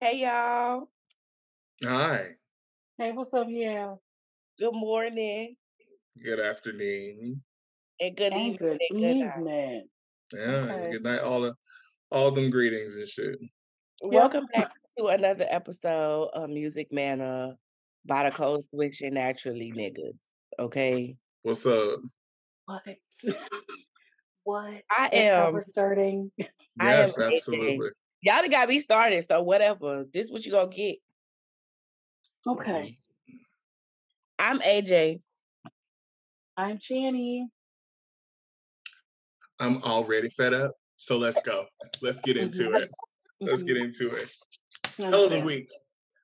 Hey y'all. Hi. Hey, what's up, yeah? Good morning Good afternoon. and good And evening good and good night. evening. Yeah, and Okay. good night. All the all them greetings and shit. Yep. Welcome back to another episode of Music Manor by the Code Switch and Naturally Niggas. Okay. What's up? What? what? I That cover am starting. I am Yes, AJ. absolutely. Y'all done got me started, so whatever. This what you gonna get. Okay. Ye- I'm AJ. I'm Channy. I'm already fed up. So let's go. Let's get into Mm-hmm. it. Let's get into it. L of the Understand. week.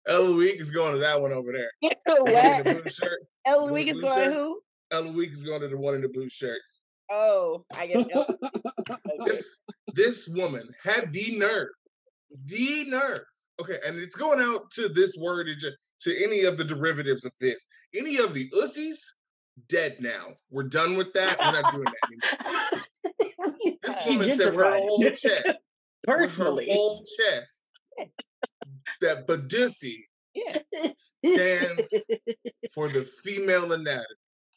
L of the week is going to that one over there. The one in what? the blue shirt. The Ella one in Week the is blue going shirt. who? L of the week is going to the one in the blue shirt. Oh, I get it. Okay. This this woman had the nerve. the nerve. Okay, and it's going out to this wordage, to any of the derivatives of this. Any of the ussies, dead now. We're done with that. We're not doing that anymore. This she woman said with her gentrified whole it. chest, with her Personally. whole chest, that Badussy Yes, stands for the female anatomy.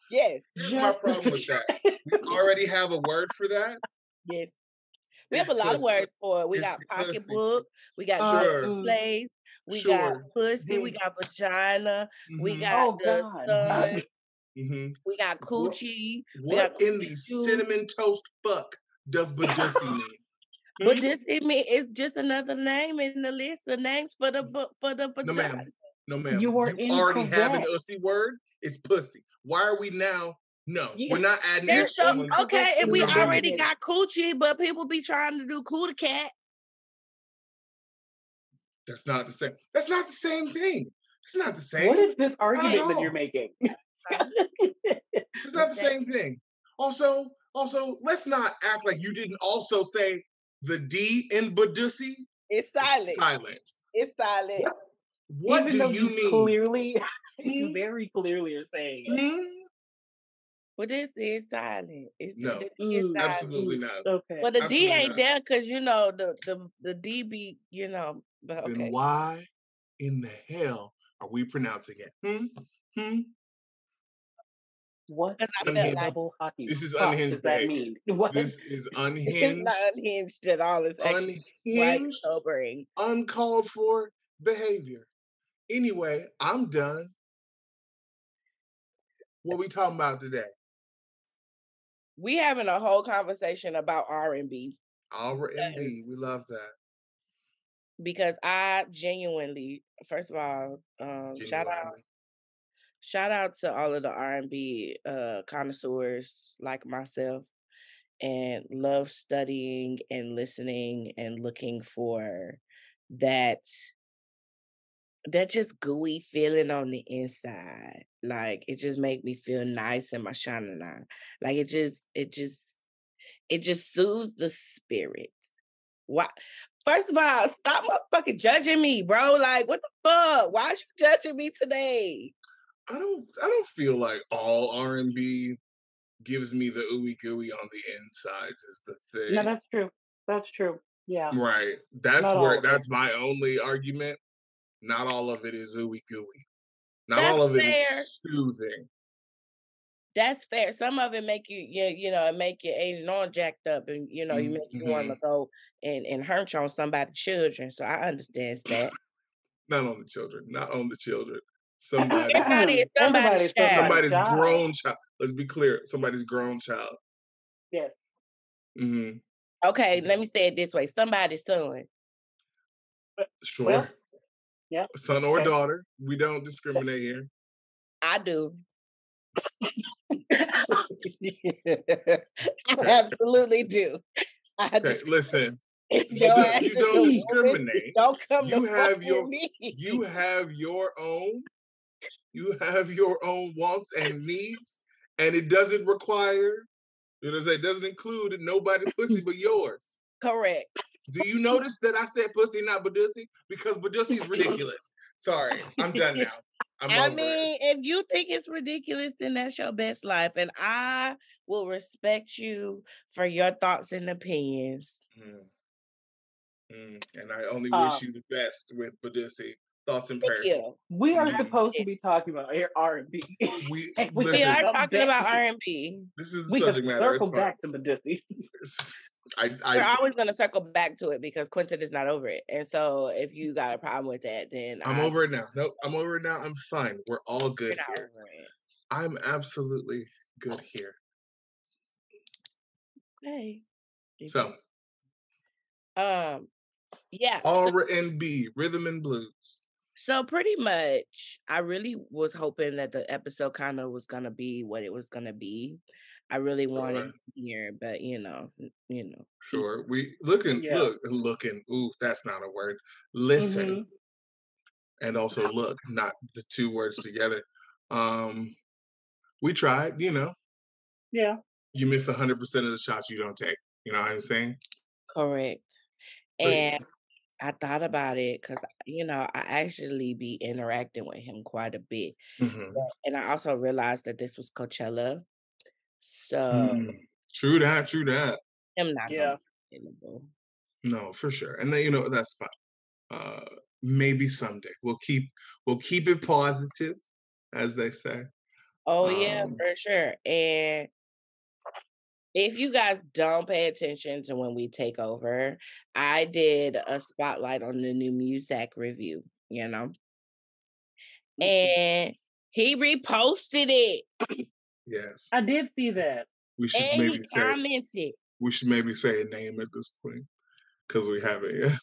yes, Here's my Just problem with that. We already have a word for that. yes. We have It's a lot of pussy. words for it. We It's got pussy. pocketbook, we got uh, Sure, mm, place, we got sure. pussy, we hmm got vagina, we hmm got oh, the God. hmm sun, hmm we got What coochie, we got What in coochie the shoe. cinnamon toast fuck does Badussi mean? But Mm-hmm. Hmm? this it mean it's just another name in the list of names for the bu- for the No, vagina. ma'am. No, ma'am. you are You already have an incorrect. ussy word. It's pussy. Why are we now? No, You, we're not adding There's that's extra some ones. okay, if We're we not bringing already it. incorrected. got coochie, but people be trying to do cootie cat. That's not the same. That's not the same thing. It's not the What same. is this Not at argument that you're all. making? Huh? It's not What's the that? same thing. Also, also, let's not act like you didn't also say the D in Badussi It's is silent. silent. It's silent. What what Even do though you you mean? clearly, you Hmm? very clearly are saying it. Hmm? But this is silent. It's the, No, the D is Mm, silent. absolutely mm, not. okay. But the D Absolutely ain't not. there because you know the the the D be you know. But Then okay, why in the hell are we pronouncing it? Hmm? Hmm? What because I felt in the Unhinged. like double hockey This is fuck does unhinged that behavior. mean? What? This is it's not unhinged, unhinged at all. It's actually quite unhinged, sobering. uncalled for behavior. Anyway, I'm done. What we talking about today? We having a whole conversation about R and B R because and B. We love that. because I genuinely, first of all, um, shout out Genuinely. shout out to all of the R and B uh, connoisseurs like myself and love studying and listening and looking for that that just gooey feeling on the inside. Like it just make me feel nice in my shining eye. Like it just, it just, it just soothes the spirit. Why? First of all, stop motherfucking judging me, bro. Like what the fuck? Why is you judging me today? I don't I don't feel like all R and B gives me the ooey gooey on the insides is the No, thing. that's true. That's true. Yeah, Right. That's not all where of it. that's my only argument. Not all of it is ooey gooey. Not That's all of it is fair. soothing. That's fair. Some of it make you, you, you know, it make you ain't all jacked up, and you know, you make you want to Mhm. go and and hunch on somebody's children. So I understands that. Not on the children. Not on the children. Somebody, Everybody is somebody's Everybody's child. somebody's somebody's child. grown child. Let's be clear. Somebody's grown child. Yes. hmm Okay, let hmm me say it this way: somebody's son. But- Well, Sure. yeah. Son or Okay. daughter. We don't discriminate here. I do. I absolutely do. I Okay. just Listen, if you your do ass you is don't a woman, discriminate. don't come to You fuck have with your me. you have your own you have your own wants and needs, and it doesn't require, you know, what I'm saying, it doesn't include nobody pussy but yours. Correct. Do you notice that I said pussy, not Badussy? Because Badussy is ridiculous. Sorry, I'm done now. I'm I over it. mean, if you think it's ridiculous, then that's your best life. And I will respect you for your thoughts and opinions. Mm. Mm, and I only Um, wish you the best with Badisi. Thoughts and prayers. Yeah. We are Mhm. supposed to be talking about R and B. We We We listen. are Come talking back about to- R and B. This is the We can subject matter. It's circle fine. back to Medici. It's- I, I We're always going to circle back to it because Quentin is not over it. And so, if you got a problem with that, then I'm I- over it now. Nope, I'm over it now. I'm fine. We're all You're good not here. over it. I'm absolutely good here. Hey. So um, yeah. so- R and B, rhythm and blues. So pretty much, I really was hoping that the episode kind of was gonna be what it was gonna be. I really wanted Sure. to be here, but you know, n- you know, peop- Sure. We looking, Yeah. look, looking. Ooh, that's not a word. Listen Mhm. and also look, not the two words together. Um, we tried. You know, Yeah. you miss 100 percent of the shots you don't take. You know what I'm saying? correct. But- And I thought about it because you know I actually be interacting with him quite a bit, Mhm. and I also realized that this was Coachella, so Mm. True that. True that. him not Yeah. gonna be available. No, for sure. And then you know that's fine. Uh, maybe someday we'll keep we'll keep it positive, as they say. Oh yeah, Um, for sure. And if you guys don't pay attention to when we take over, I did a spotlight on the new Muzak review, you know, Mm-hmm. and he reposted it Yes, I did see that. we should and maybe he say commented. we should maybe say a name at this point because we haven't yet.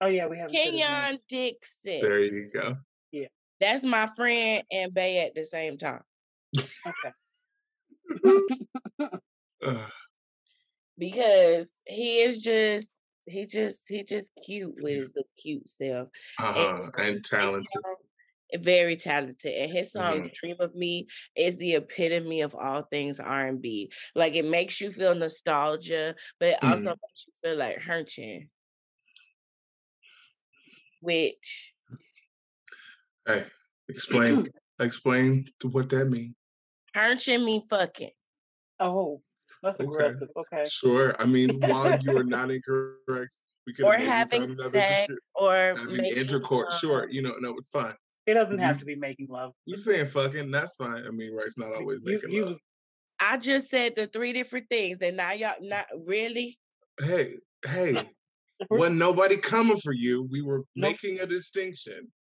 Oh yeah, we have Kenyon Dixon. There you go. That's my friend and Bay at the same time Okay. Uh, because he is just he just he just cute with his little cute self. uh-huh. and talented. and very talented and his song Mhm. dream of me is the epitome of all things r&b like it makes you feel nostalgia but it also makes you feel like hunching which Hey, explain explain to what that means. hunching me fucking Oh, that's Okay. aggressive. Okay. Sure. I mean, while you are not incorrect, we could Or have maybe having found another sex descrip- or having making intercourse. love. Sure, you know, no, it's fine. It doesn't have You- to be making love. You're saying fucking, that's fine. I mean, Rice not You, always making you love. was i just said the three different things and now y'all not really hey, hey, We're- wasn't nobody coming for you. We were Nope. making a distinction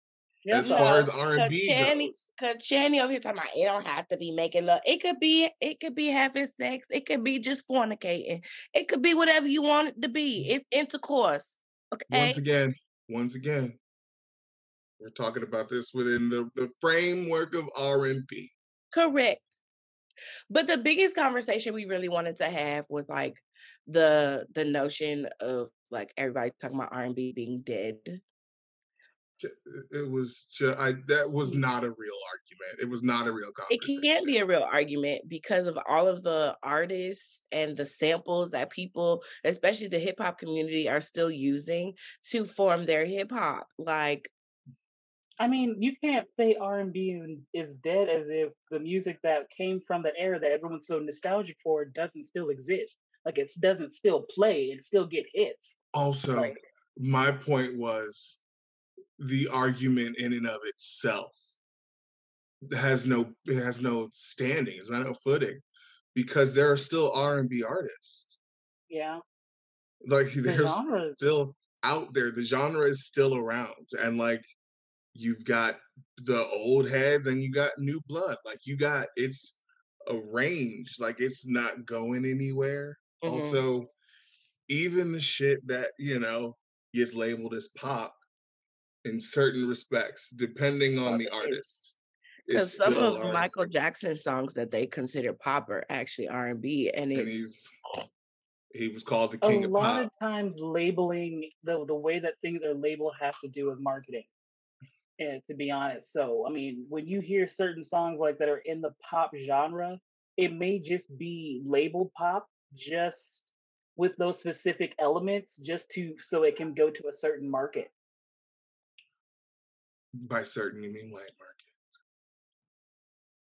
Yeah, as no, far as because R and B Channing- goes. Cause Channy over here talking about it don't have to be making love. It could be it could be having sex. It could be just fornicating. It could be whatever you want it to be. It's intercourse. Okay. Once again, once again, we're talking about this within the, the framework of R and B. Correct. But the biggest conversation we really wanted to have was like the the notion of like everybody talking about R and B being dead. It was just, I that was not a real argument. It was not a real It conversation. can't be a real argument because of all of the artists and the samples that people, especially the hip hop community, are still using to form their hip hop. Like I mean, you can't say R and B is dead as if the music that came from that era that everyone's so nostalgic for doesn't still exist. Like it doesn't still play and still get hits. Also, Right. my point was the argument in and of itself has no it has no standing. It's not no footing because there are still R and B artists. Yeah, Like the there's genre. still out there. The genre is still around, and like you've got the old heads and you got new blood. Like you got it's a range. Like it's not going anywhere. Mhm. Mm-hmm. Also, even the shit that you know gets labeled as pop in certain respects, depending on Well, the it is. artist, is Because some still of R Michael Jackson songs that they consider pop are actually R and B, and and it's he's he was called the A king of lot pop. of times, labeling the the way that things are labeled has to do with marketing. And to be honest, so I mean, when you hear certain songs like that are in the pop genre, it may just be labeled pop, just with those specific elements, just to so it can go to a certain market. By certain, you mean white market.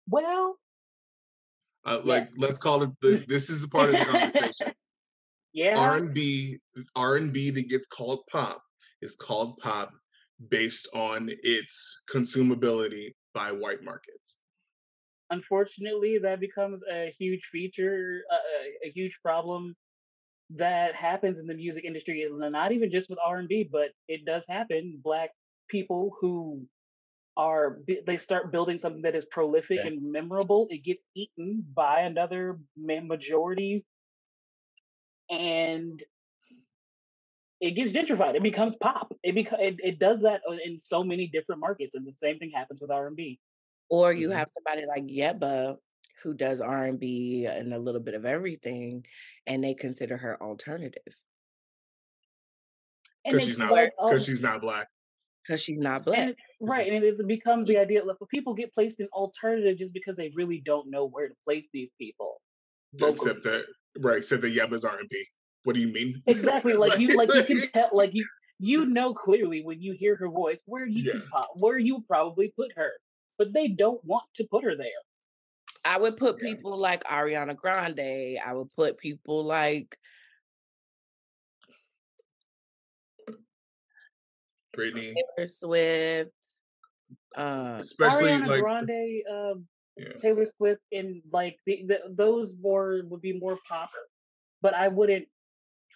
Well, Uh, Yeah. Like let's call it the. This is a part of the conversation. Yeah. R and B R and B that gets called pop is called pop based on its consumability by white markets. unfortunately, that becomes a huge feature, uh, a, a huge problem that happens in the music industry, and not even just with R and B, but it does happen. Black people who are bu- they start building something that is prolific Yeah. and memorable, it gets eaten by another ma- majority, and it gets gentrified. It becomes pop. It beca- it, it does that uh, in so many different markets, and the same thing happens with R and B. or you Mhm. have somebody like Yeba who does R&B and a little bit of everything and they consider her alternative And Because it's she's not like, oh, because she's not black. cuz she's not black. and it- right, and it becomes the idea like people get placed in alternative just because they really don't know where to place these people vocally. Except that right, except that Yabba's R and B. What do you mean? Exactly, like you, like you can tell, like you, you know clearly when you hear her voice where you Yeah. could po- where you probably put her, but they don't want to put her there. I would put Yeah. people like Ariana Grande, I would put people like Brittany. Taylor Swift um Especially Ariana like Grande, um, yeah. Taylor Swift, and like the, the, those more would be more pop, but I wouldn't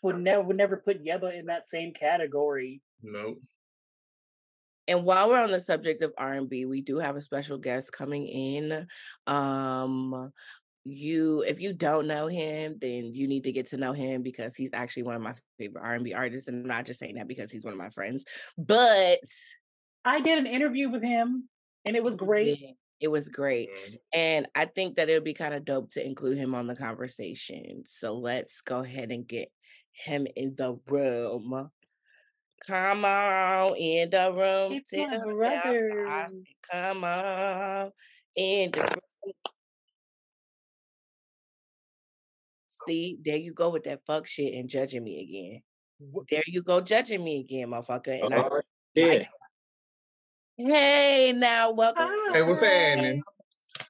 would never would never put Yeba in that same category No. And while we're on the subject of R&B, we do have a special guest coming in. Um you if you don't know him, then you need to get to know him because he's actually one of my favorite R&B artists and I'm not just saying that because he's one of my friends. But I did an interview with him, and it was great. yeah, it was great. And I think that it would be kind of dope to include him on the conversation. So let's go ahead and get him in the room. Come on in the room. It's Tell the my devil I brother. said, come on in the room. See, there you go with that fuck shit and judging me again. Wh- There you go judging me again, motherfucker. And I, Uh-huh. Oh, shit. hey, now welcome. to Hey, what's Hi. happening? He's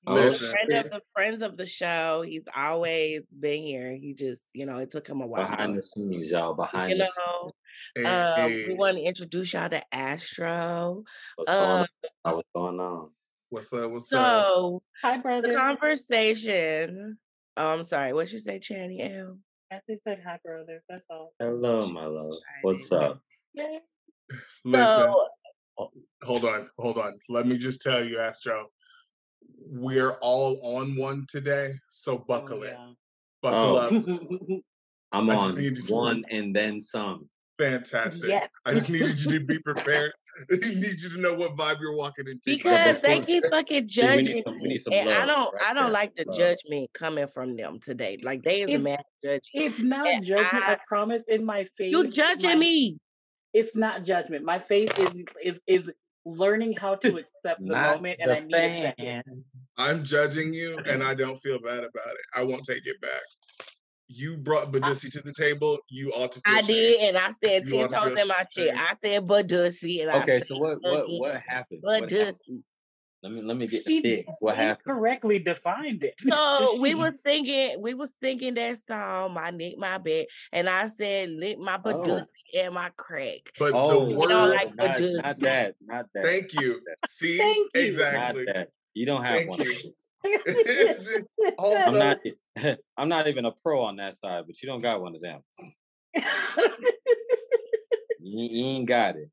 Oh, a Listen. friend shit. of the friends of the show. He's always been here. He just, you know, it took him a Behind while. the scenes, y'all. Behind You the know, scenes. Hey, um, we hey, want to introduce y'all to Astro. What's going Um, on? What's going on? what's up? What's up? so Hi, the brother. conversation. Oh, I'm sorry. What you say, Channy L? I just said hi, brother. That's all. Hello, my love. What's Friday. up? Yeah. Listen, So hold on, hold on. Let me just tell you, Astro, we're all on one today. So buckle Oh, in. yeah. Buckle Oh. up. I'm I just on needed you. one and then some. Fantastic. yes. I just needed you to be prepared. I need you to know what vibe you're walking into. because they before- keep fucking See, we need judging some- we me, need some and I love don't, right I don't there, like the love. judgment coming from them today. Like they is a It's mad judge. it's not And judgment. I, I promise. In my face, you judging my me? it's not judgment. My face is is is learning how to accept the Not moment, and I the need a fan. second. I'm judging you and I don't feel bad about it. I won't take it back. You brought Badussi to the table. You ought to feel I shame. did, and I said You ten ought to toes feel in my shit. shame. I said Badussy, and I Okay, so what what again, what happened? What said happened? Badussy. Let me let me get the She fix. What she happened? correctly defined it. So we She- was singing, we was singing that song, my nick, my bed, and I said lick my Oh. Badussy and my crack. But Oh, the We don't word, like no, not not Badussy. that. Not that. thank you. See? Thank you. Not Exactly. that. You don't have Thank one. of you. those. I'm also, not e-, I'm not even a pro on that side, but you don't got one of them. You, you ain't got it.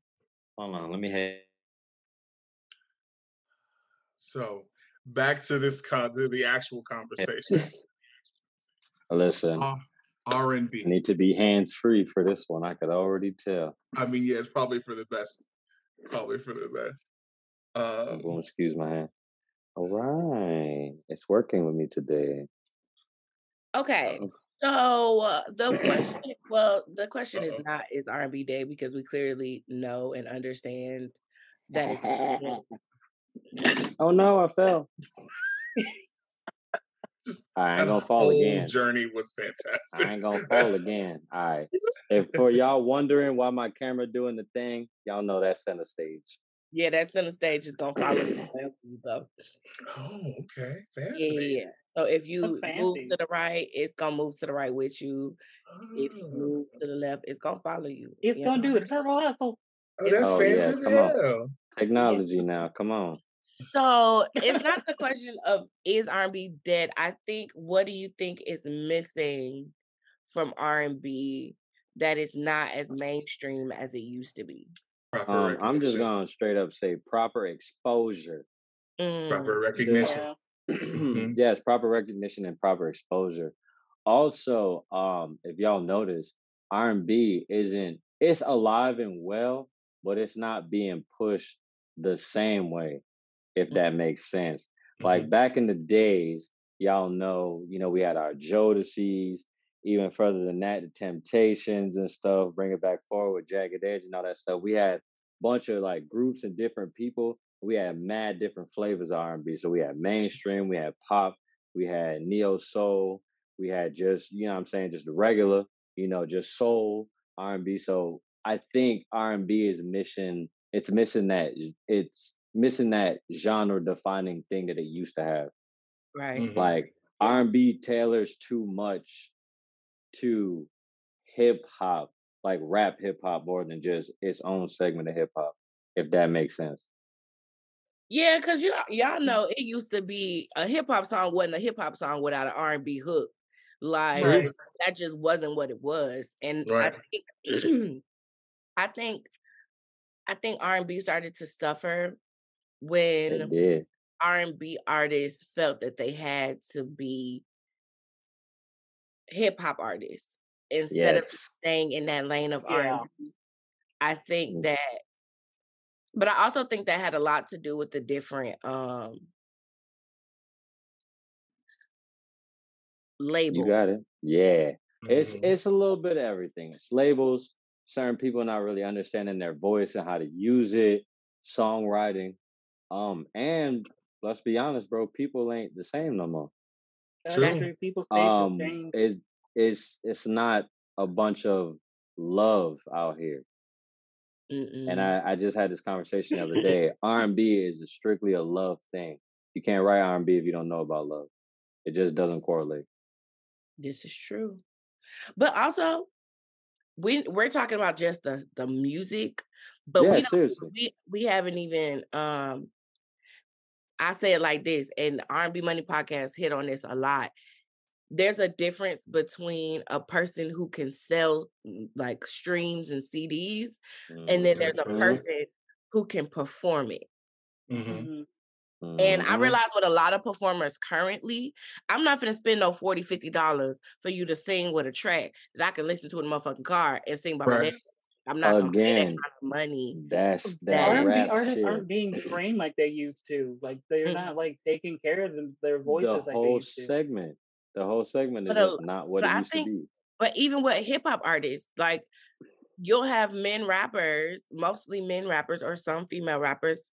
Hold on, let me have so back to this con- to the actual conversation. listen. Uh, R and I B. need to be hands free for this one. I could already tell. I mean, yeah, it's probably for the best. Probably for the best. I'm Um, going to excuse my hand. All right. It's working with me today. Okay. Oh, So uh, the question, well, the question is uh-oh. not is R and B day because we clearly know and understand that it's important. oh no, I fell. Just I that ain't gonna fall whole again. journey was I fantastic. ain't gonna fall again. All right. If for y'all wondering why my camera doing the thing, y'all know that's center stage. yeah, that center stage is gonna follow you wherever you go. oh, okay. Yeah, Fascinating. yeah. yeah. So if you That's move fancy. to the right, it's gonna move to the right with you. If you Oh, move to the left, it's gonna follow you. Mm. It's you gonna know? do the Yes. purple hustle. oh, that's Oh, yeah, fancy as come on. hell. Technology now. Come on. So it's not the question of is R and B dead. I think what do you think is missing from R and B that is not as mainstream as it used to be? Proper Um, I'm just recognition. gonna straight up say proper exposure. proper Mm, recognition. Yeah. Mhm. yes, proper recognition and proper exposure. Also, um, if y'all notice, R and B isn't it's alive and well, but it's not being pushed the same way, if that makes sense. Mm-hmm. Like back in the days, y'all know, you know, we had our Jodeci's, even further than that, the Temptations and stuff, Bring It Back Forward, Jagged Edge, and all that stuff. We had bunch of like groups and different people. We had mad different flavors of R and B. So we had mainstream, we had pop, we had neo soul, we had just you know what I'm saying just the regular, you know, just soul R and B. So I think R and B is missing. It's missing that. It's missing that genre defining thing that it used to have. right. Mhm. Like R and B tailors too much to hip hop, like rap hip hop, more than just its own segment of hip hop. If that makes sense. Yeah, because y'all, y'all know it used to be a hip hop song wasn't a hip hop song without an R and B hook. Like True. Right. that just wasn't what it was. And Right. I think I think I think R and B started to suffer when It did. R and B artists felt that they had to be hip hop artists instead of Yes. staying in that lane of R Yeah. and B. I think Mm. that, but I also think that had a lot to do with the different um You labels. got it. Yeah. It's Mm-hmm. Mhm. it's a little bit of everything. It's labels, certain people not really understanding their voice and how to use it, songwriting. Um, and let's be honest, bro, people ain't the same no more. That's True. true. People's tastes have Um, changed. it's it's it's not a bunch of love out here. And Mm-mm. I, I just had this conversation the other day. R and B is strictly a love thing. You can't write R and B if you don't know about love. It just doesn't correlate. This is true, but also we we're talking about just the the music, but Yeah, we don't seriously. we we haven't even um I say it like this, and R&B Money Podcast hit on this a lot. There's a difference between a person who can sell mm, like streams and CDs, and then Mhm, there's a Mhm. person who can perform it. mm-hmm. Mhm. Mhm. And I mhm. realize with a lot of performers currently, I'm not gonna spend no 40 dollars for you to sing with a track that I can listen to in the motherfucking car and sing by my Right. neck. I'm not gonna pay that kind again of money. that's that That R&B rap artists shit aren't being trained like they used to. Like they're Mm. not like taking care of them, their the voices like they whole used to. segment the whole segment but is a, just not what but it I used to think be but even with hip hop artists, like you'll have men rappers, mostly men rappers or some female rappers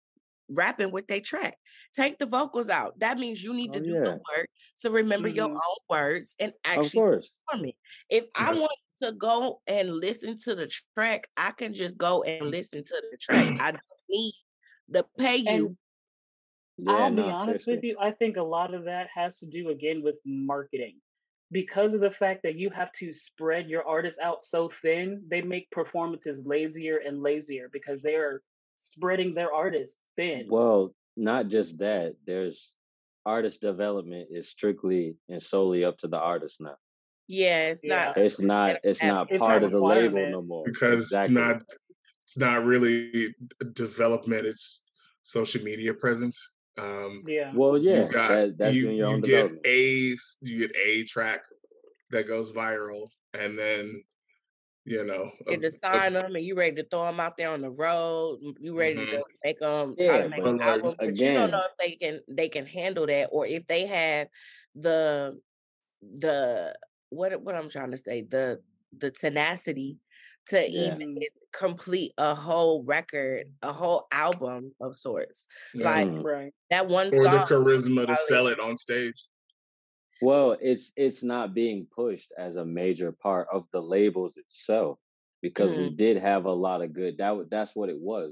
rapping with their track. Take the vocals out. That means you need to oh do the yeah Mm-hmm. work to remember your Mhm. own words and of actually course perform it. If I Yeah. want to go and listen to the track, I can just go and listen to the track. I don't need to pay you. And yeah I'll be no honest with seriously you, I think a lot of that has to do again with marketing. Because of the fact that you have to spread your artists out so thin, they make performances lazier and lazier because they are spreading their artists thin. well not just that there's artist development is strictly and solely up to the artist now Yeah, it's not. Yeah. it's they not don't it's have- not It's not part a of the label requirement. no more Because exactly not it's not really d- development, it's social media presence. Um Yeah. well you yeah got that that's you doing your you own get development a s- you get a track that goes viral and then you know a, ready to a- sign them and you ready to throw them out there on the road. m- You ready Mhm. to make them try yeah to make but an but like album, but you don't again know if they can they can handle that or if they have the the what what I'm trying to say the the tenacity to even yeah Mhm. complete a whole record, a whole album of sorts. yeah. Like mm. Right. that one or the song charisma to probably sell it on stage. Well, it's it's not being pushed as a major part of the labels itself because we mm, did have a lot of good. That wa- that's what it was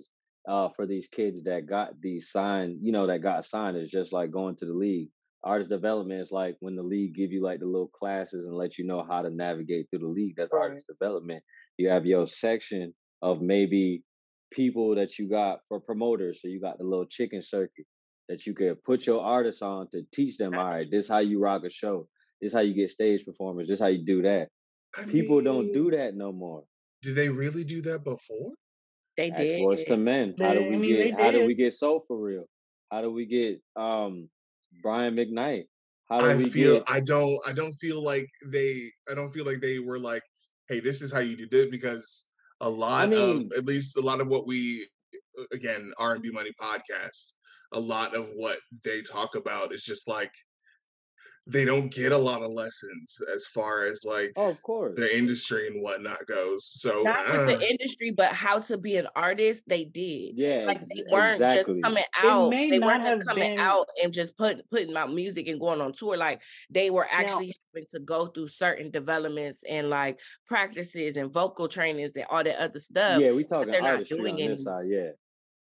uh, for these kids that got these signed. You know, that got signed is just like going to the league. artist development is like when the league give you like the little classes and let you know how to navigate through the league. That's Right. artist development. You have your section of maybe people that you got for promoters. So you got the little chicken circuit that you could put your artists on to teach them. All right, this how you rock a show. This how you get stage performers. This how you do that. I People don't mean, do that no more. Did they really do that before? They Ask boys to did. men. How do They- I we mean, they get? How do did. we get soul for real? How do we get um Brian McKnight? How do I we feel get? I don't I don't feel like they I don't feel like they were like, hey, this is how you do this because a lot mean- of at least a lot of what we uh, again R and B Money podcast, a lot of what they talk about is just like they don't get a lot of lessons as far as like Oh, of course. the industry and whatnot goes. So Not with uh, Ah. the industry, but how to be an artist, they did. Yeah, Like ex- they weren't exactly. just coming out. may They not weren't just have coming been- out and just putting putting out music and going on tour. Like they were actually having to go through certain developments and like practices and vocal trainings and all that other stuff. yeah, we talking they're not artistry doing on this anymore. side. Yeah,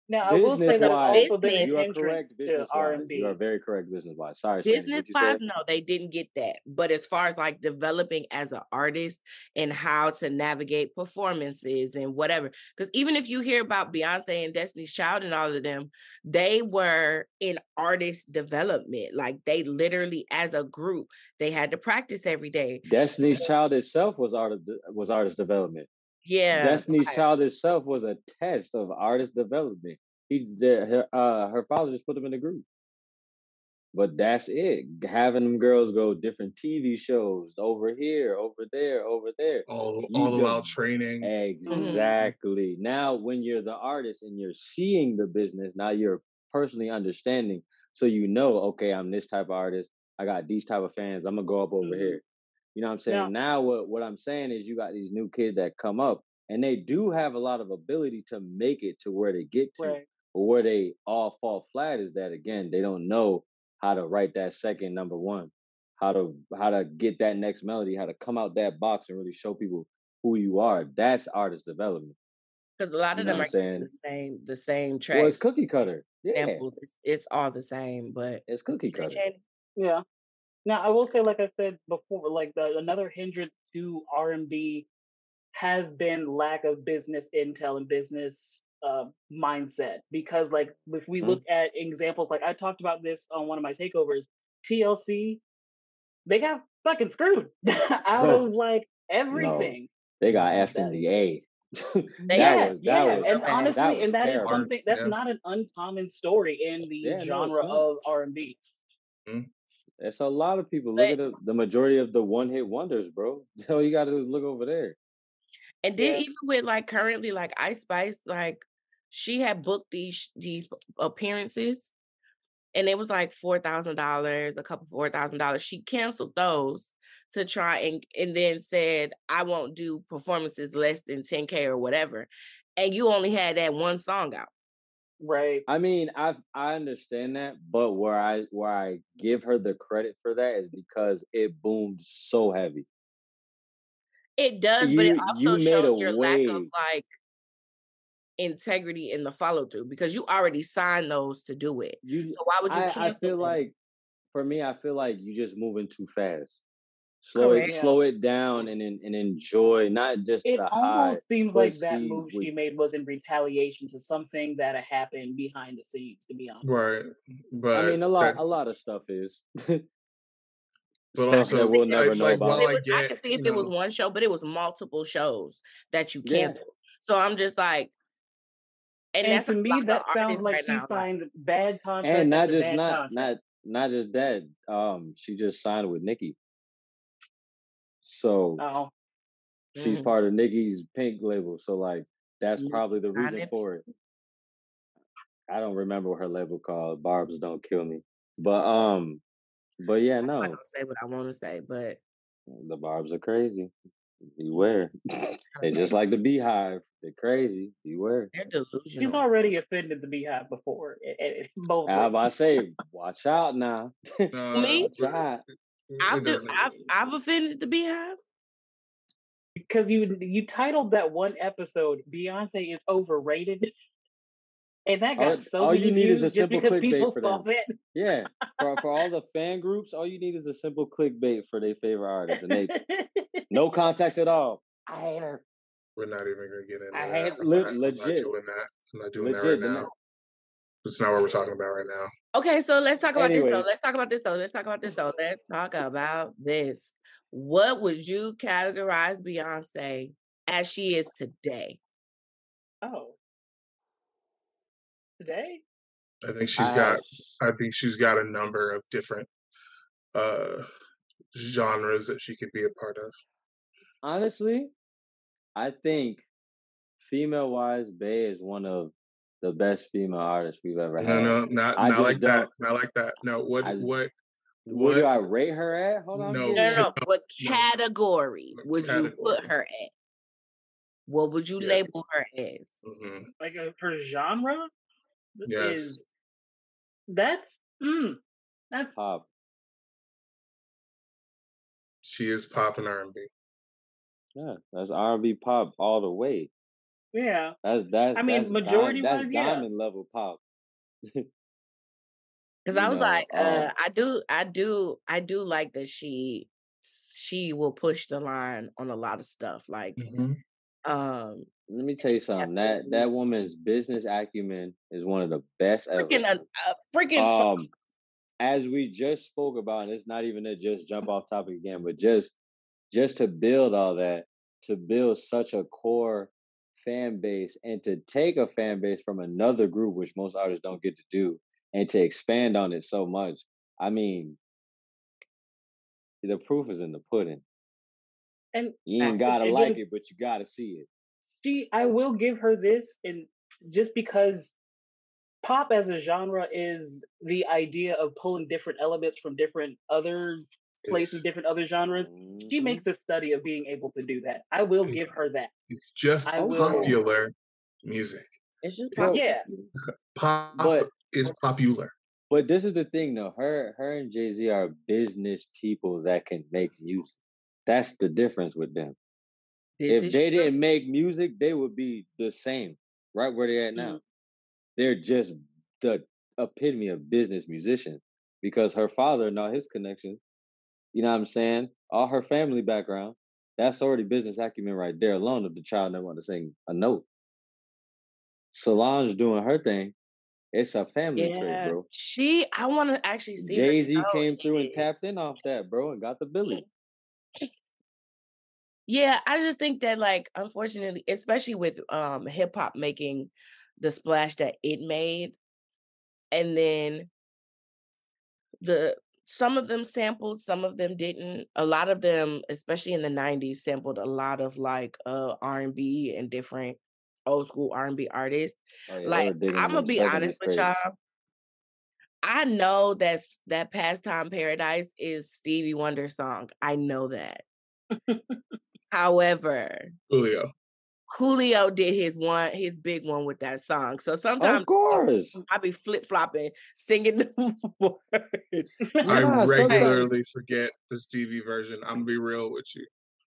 Now I will say that it's Business-wise, also been an you are entrance correct. to Business R wise, and you are B. very correct. Business wise. Sorry, Sandy, Business what you wise, said? no, they didn't get that. But as far as like developing as an artist and how to navigate performances and whatever, because even if you hear about Beyonce and Destiny's Child and all of them, they were in artist development. Like they literally, as a group, they had to practice every day. Destiny's Child itself was art was artist development. Yeah, Destiny's like, Child itself was a test of artist development. He, the, her, uh, her father just put them in the group. But that's it. Having them girls go different TV shows over here, over there, over there. all You all just about training. Exactly. Now, when you're the artist and you're seeing the business, now you're personally understanding. So you know, okay, I'm this type of artist. I got these type of fans. I'm gonna go up over Mhm. here. You know what I'm saying? Now, what what I'm saying is, you got these new kids that come up, and they do have a lot of ability to make it to where they get to. Right. But where they all fall flat is that again, they don't know how to write that second number one, how to how to get that next melody, how to come out that box and really show people who you are. That's artist development. because a lot You of know them what are I'm saying? using the same the same Well, tracks it's cookie cutter. Yeah, samples. It's, it's all the same, but it's cookie cutter. Yeah. Now I will say, like I said before, like the, another hindrance to R and B has been lack of business intel and business uh, mindset. Because like if we Mhm. look at examples, like I talked about this on one of my takeovers, TLC, they got fucking screwed out Oh, of like everything. They got Mhm. asked in the A. They that got was that yeah, was and that honestly, was and that is terrible. something that's Yeah. not an uncommon story in the Yeah, no, it's genre not. of R and B. That's a lot of people. Look But- at the, the majority of the one hit wonders, bro. All you gotta do is look over there. And then Yeah. even with like currently like Ice Spice, like she had booked these these appearances, and it was like four thousand dollars, a couple four thousand dollars. She canceled those to try and and then said, "I won't do performances less than ten k or whatever." And you only had that one song out. Right. I mean, I I understand that, but where I where I give her the credit for that is because it boomed so heavy. It does, but it You you also made a shows your lack of wave. like integrity in the follow through because you already signed those to do it. You So why would you I I cancel feel them? like for me, I feel like you just moving too fast. Slow it, Correct. Yeah. slow it down, and en- and enjoy not just It the high. almost seems but like that see move what- she made was in retaliation to something that had happened behind the scenes, to be honest. Right. But I mean, a lot a that's lot of stuff is but stuff also that we'll like never know like about. while it I was I get, could see you if it was know, one show, but it was multiple shows that you Yeah. canceled. So I'm just like, and, And, that's to a me, lot of that sounds artists like right she now. Like, signed bad contract and not after just bad not contract. not not just that um she just signed with nikki so Oh, she's mhm, part of nikki's pink label so like that's Nicki probably the reason Minaj. for it i don't remember what her label called barb's don't kill me but um but yeah I no don't say what I want to say, but the barbs are crazy beware I they're don't just know. like the beehive they're crazy beware they're she's delusional. already offended the Beehive before. It, it, it's Oh, both how ways. about i say watch out now uh, Me, watch but out it I've do, doesn't. I've I've offended the Beehive. Because you you titled that one episode "Beyonce is overrated." And that got All- so all many you need views is a just simple because clickbait people for them. saw it. Yeah, for for all the fan groups, all you need is a simple clickbait for their favorite artists, and they no context at all. I hate her. We're not even gonna get into I that. had I'm le- not, I'm not legit, doing that. I'm not doing that legit. The right ma- now. It's not what we're talking about right now. Okay, so let's talk about this Anyways. though. Let's talk about this though. Let's talk about this though. Let's talk about this. What would you categorize Beyonce as she is today? oh. Today? I think she's I got have I think she's got a number of different uh genres that she could be a part of. honestly, I think female wise, Bay is one of the best female artists we've ever No, had. no, not I not just like that. don't. Not like that. No, what I just- what Where do what- I rate her at? Hold on, I'm No, No, getting no, there. no. What no. category What would you put category? her at? What would you Yeah. label her as? hmm Like uh, her genre Yes. is that's mm, that's Pop. She is pop and R and B. Yeah, that's R&B pop all the way. yeah. That's that's I that's mean, di- majority that's wise, yeah. diamond level pop. Because You I was know, like, uh, um, I do, I do, I do like that she she will push the line on a lot of stuff. Like, hmm um, let me tell you something. That definitely that woman's business acumen is one of the best freaking, ever. un- uh, freaking. fu- Um, as we just spoke about, and it's not even to just jump off topic again, but just just to build all that, to build such a core fan base and to take a fan base from another group, which most artists don't get to do, and to expand on it so much. I mean, the proof is in the pudding. And You ain't Facts. gotta and like then it, but you gotta see it. she I will give her this and just because pop as a genre is the idea of pulling different elements from different other places, It's, different other genres. She hmm makes a study of being able to do that. I will it- give her that. it's just I Okay, will. popular music. It's just but popular. Yeah, Pop Mm-hmm. but is popular. but this is the thing though. Her her and Jay Z are business people that can make music. That's the difference with them. This If is they true. didn't make music, they would be the same, right where they at Mm-hmm. now. mm, They're just the epitome of business musicians because her father and all his connections, you know what I'm saying? All her family background, that's already business acumen right there alone if the child never want to sing a note. Solange doing her thing, it's a family trait, Yeah, bro. she. I want to actually see her Jay Z show. came through and She tapped in off that, bro, and got the did. Billy. Yeah, I just think that like unfortunately, especially with um hip hop making the splash that it made, and then the some of them sampled, some of them didn't. A lot of them, especially in the '90s, sampled a lot of like uh R&B and different old school R&B artists. Oh yeah, they Like were digging I'm them gonna be Sesame honest with y'all. Streets. I know that's that pastime paradise is Stevie Wonder song. I know that. However, Julio. Coolio did his one, his big one with that song. So Of sometimes course. I be flip flopping, singing the words. I No, Nah, like, sometimes regularly forget the Stevie version. I'm gonna be real with you.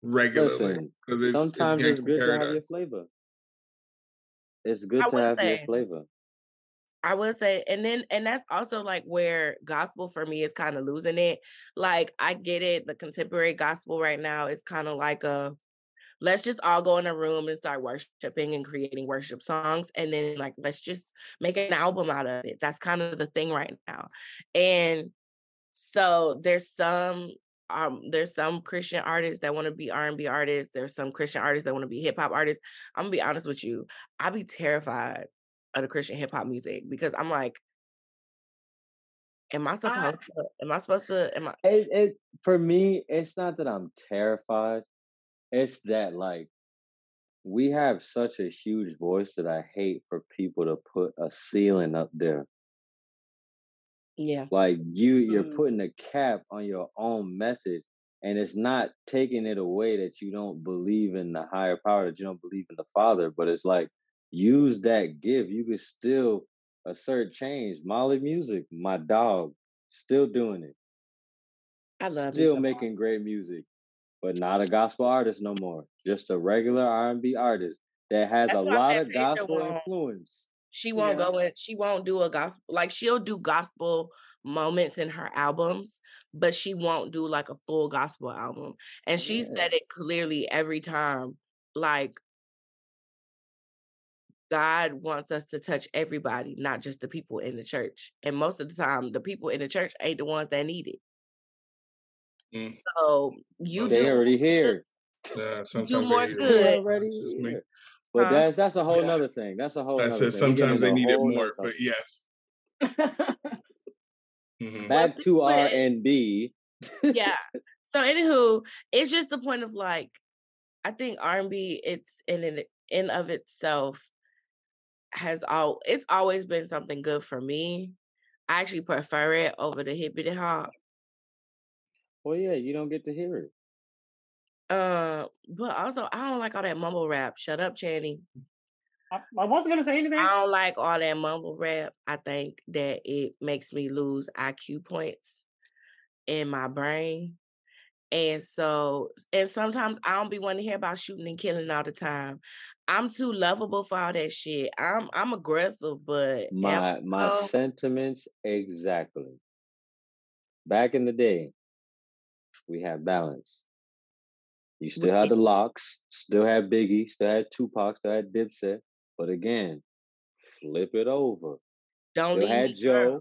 Regularly. listen, Because it's it's sometimes it's gangster good to have your paradise. flavor. It's I good to would have your say, flavor. I would say, and then and that's also like where gospel for me is kind of losing it. Like I get it, the contemporary gospel right now is kind of like a let's just all go in a room and start worshiping and creating worship songs and then like let's just make an album out of it that's kind of the thing right now and so there's some um there's some christian artists that want to be r&b artists there's some christian artists that want to be hip-hop artists i'm gonna be honest with you i'd be terrified of the christian hip-hop music because i'm like am i I supposed to am i supposed to am i It, it for me, it's not that I'm terrified. It's that like we have such a huge voice that I hate for people to put a ceiling up there. yeah Like you, you're mm, putting a cap on your own message, and it's not taking it away that you don't believe in the higher power, that you don't believe in the Father. But it's like use that gift. You can still assert change. Molly Music, my dog, still doing it. i love me still some making great music, but not a gospel artist no more. Just a regular R and B artist that has a that's why lot of fantasia gospel won't influence. She won't Yeah. go in, she won't do a gospel like she'll do gospel moments in her albums, but she won't do like a full gospel album. And she Yeah. said it clearly every time, like God wants us to touch everybody, not just the people in the church. And most of the time, the people in the church ain't the ones that need it. Mm. So you Well, They do already here. Yeah, uh, sometimes more they need good. it They more. already It's just me. here. But Huh? that's that's a whole That's- nother thing. That's a whole I nother said thing. We get sometimes into they a need it whole nother more, but topic. yes. Mhm. Well, Back this to what- R and B. yeah. So anywho, it's just the point of like, I think R and B, it's in an in of itself has all it's always been something good for me. I actually prefer it over the hippity hop. Well, yeah, you don't get to hear it. Uh, but also I don't like all that mumble rap. Shut up, Channing. I, I wasn't gonna say anything. I don't like all that mumble rap. I think that it makes me lose IQ points in my brain. And so, and sometimes I don't be wanting to hear about shooting and killing all the time. I'm too lovable for all that shit. I'm I'm aggressive, but am My my Oh. sentiments exactly. Back in the day, we had balance. You still had the locks, still had Biggie, still had Tupac, still had Dipset. But again, flip it over. don't Still leave had me alone. Joe,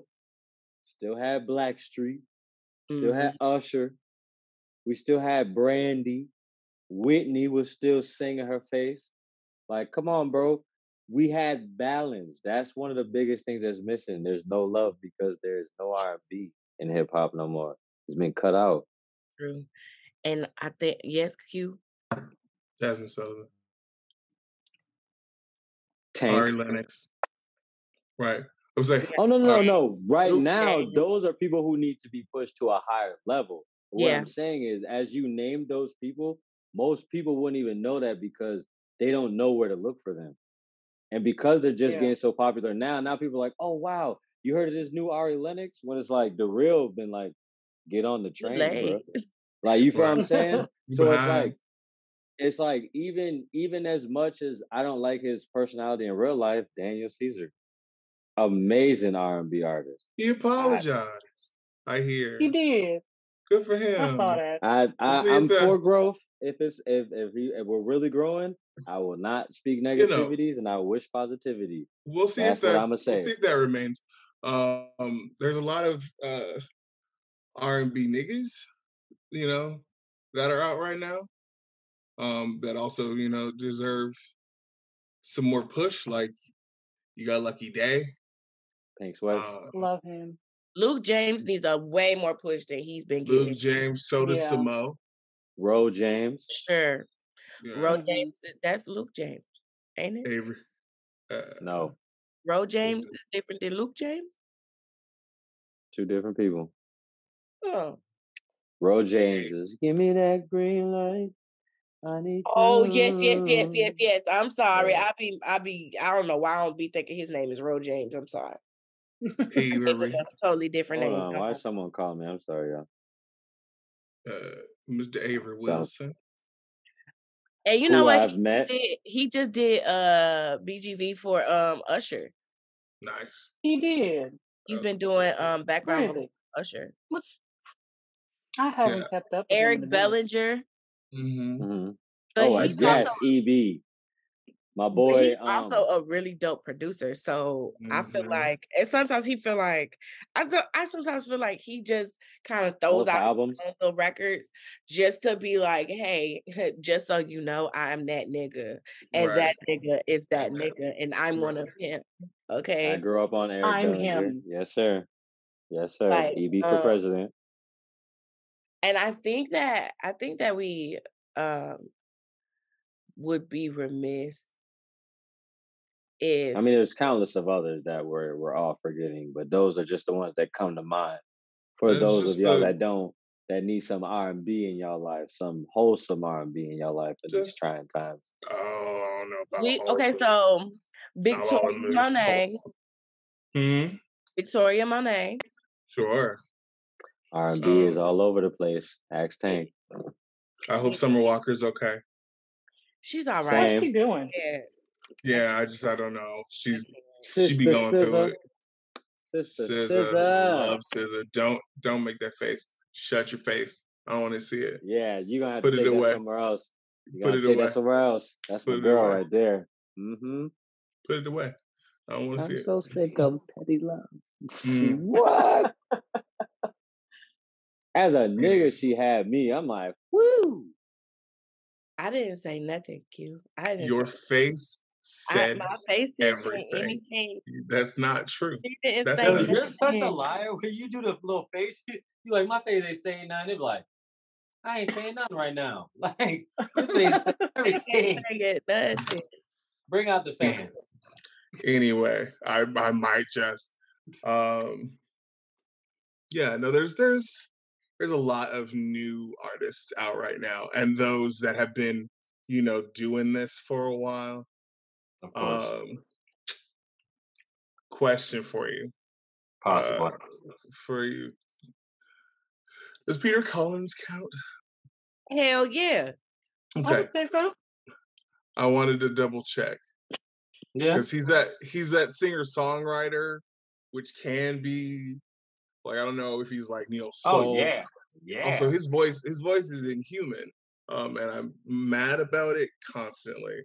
still had Blackstreet, Mm-hmm, still had Usher. We still had Brandy. Whitney was still singing her face. Like, come on, bro. We had balance. That's one of the biggest things that's missing. There's no love because there's no R&B in hip hop no more. It's been cut out. True. And I think yes, Q. Jasmine Sullivan, Ari Tank. Lennox. Right. I was like, Yeah. Oh no, no, no, uh, no. Right Luke now, James. those are people who need to be pushed to a higher level. What Yeah. I'm saying is, as you name those people, most people wouldn't even know that because they don't know where to look for them. And because they're just Yeah. getting so popular now, now people are like, oh wow, you heard of this new Ari Lennox? When it's like the real been like, get on the Too train, bro. late. Like you feel what I'm Right. saying? you So it's behind. like it's like even even as much as I don't like his personality in real life, Daniel Caesar, amazing R and B artist. He apologized. I hear. He did. Good for I him. saw that. I, I see, I'm it's a- for growth. If it's if if, he, if we're really growing, I will not speak You know. negativities and I wish positivity. We'll see That's if what that's I'ma we'll say. see if that remains. Um, there's a lot of uh R and B niggas, you know, that are out right now. Um, that also, you know, deserve some more push. Like you got Lucky Day. Thanks, Wes. Oh. Uh, Love him. Luke James needs a way more push than he's been getting. Luke James, Soda Yeah. Samo. Ro James. Sure. Yeah. Ro Mhm. James, that's Luke James, ain't it? Avery. Uh, No, Ro James it? is different than Luke James. two different people. Oh, Ro James is give me that green light. I need oh yes, yes, yes, yes, you. yes. I'm sorry. Yeah. I be, I be. I don't know why I don't be thinking his name is Ro James. I'm sorry. I'm thinking Avery. of a totally different Hold name. on, Uh, why is someone calling me? I'm sorry, y'all. Uh, Mr. Avery Sounds- Wilson. And you know Who what? I've met. He did he just did uh BGV for um Usher? Nice. He did. He's Uh, been doing um background vocals Really. for Usher. I haven't kept up with him in a Eric minute. Bellinger, hmm hmm but Oh, I, he's Like that. also yes, EB, my but he's boy. Um, also a really dope producer. So I feel Mhm. like, and sometimes he feel like I do, I sometimes feel like he just kind of throws most out albums. on the records just to be like, hey, just so you know, I'm that nigga, and Right. that nigga is that Right. nigga, and I'm one Right. of him. I Okay, grew up on Eric I'm Bellinger. him. Yes, sir. Yes, sir. like EB for um, president. and I think that I think that we um would be remiss I if mean, there's countless of others that we're we're all forgetting, but those are just the ones that come to mind. For That's those of just y'all the that don't, that need some R and B in y'all life, some wholesome R and B in y'all life in these just trying times. oh, I don't know about we okay. wholesome. So Not all Victoria the movies are Monet, wholesome. Hmm. Victoria Monet. Sure. R and B is Um, all over the place. Axe Tank, I hope Summer Walker's okay. She's all right. How's same. she doing? Yeah. Yeah, I just I don't know. She's she be Sister going through Scissor. it. Sister, Scissor, scissor. love scissor. Don't don't make that face. Shut your face. I don't want to see it. Yeah, you're gonna have Put to it take away. that somewhere else. You Put gotta it take away. that somewhere else. That's my Put it girl away. right there. Mm-hmm. Put it away. I don't want to see I'm it. so sick of petty love. Mm. what? As a Yeah. nigga, she had me. I'm like, woo. I didn't say nothing, Q. I didn't. Your face I, said my face didn't say everything. anything. That's not true. She didn't That's say not Yo, true. you're such a nothing. liar. When you do the little face, shit, you like my face ain't saying nothing. They be like, I ain't saying nothing right now. Like your face say I ain't everything. saying nothing. Bring out the fan. anyway, I I might just um yeah, no, there's there's there's a lot of new artists out right now and those that have been, you know, doing this for a while. Of course, Um question for you. possible. Uh for you. Does Peter Collins count? Hell yeah. I Okay. would say so. I wanted to double check. Yeah, Because he's that he's that singer songwriter, which can be like I don't know if he's like neo Oh soul. yeah, yeah. Also, his voice his voice is inhuman, um, and I'm mad about it constantly.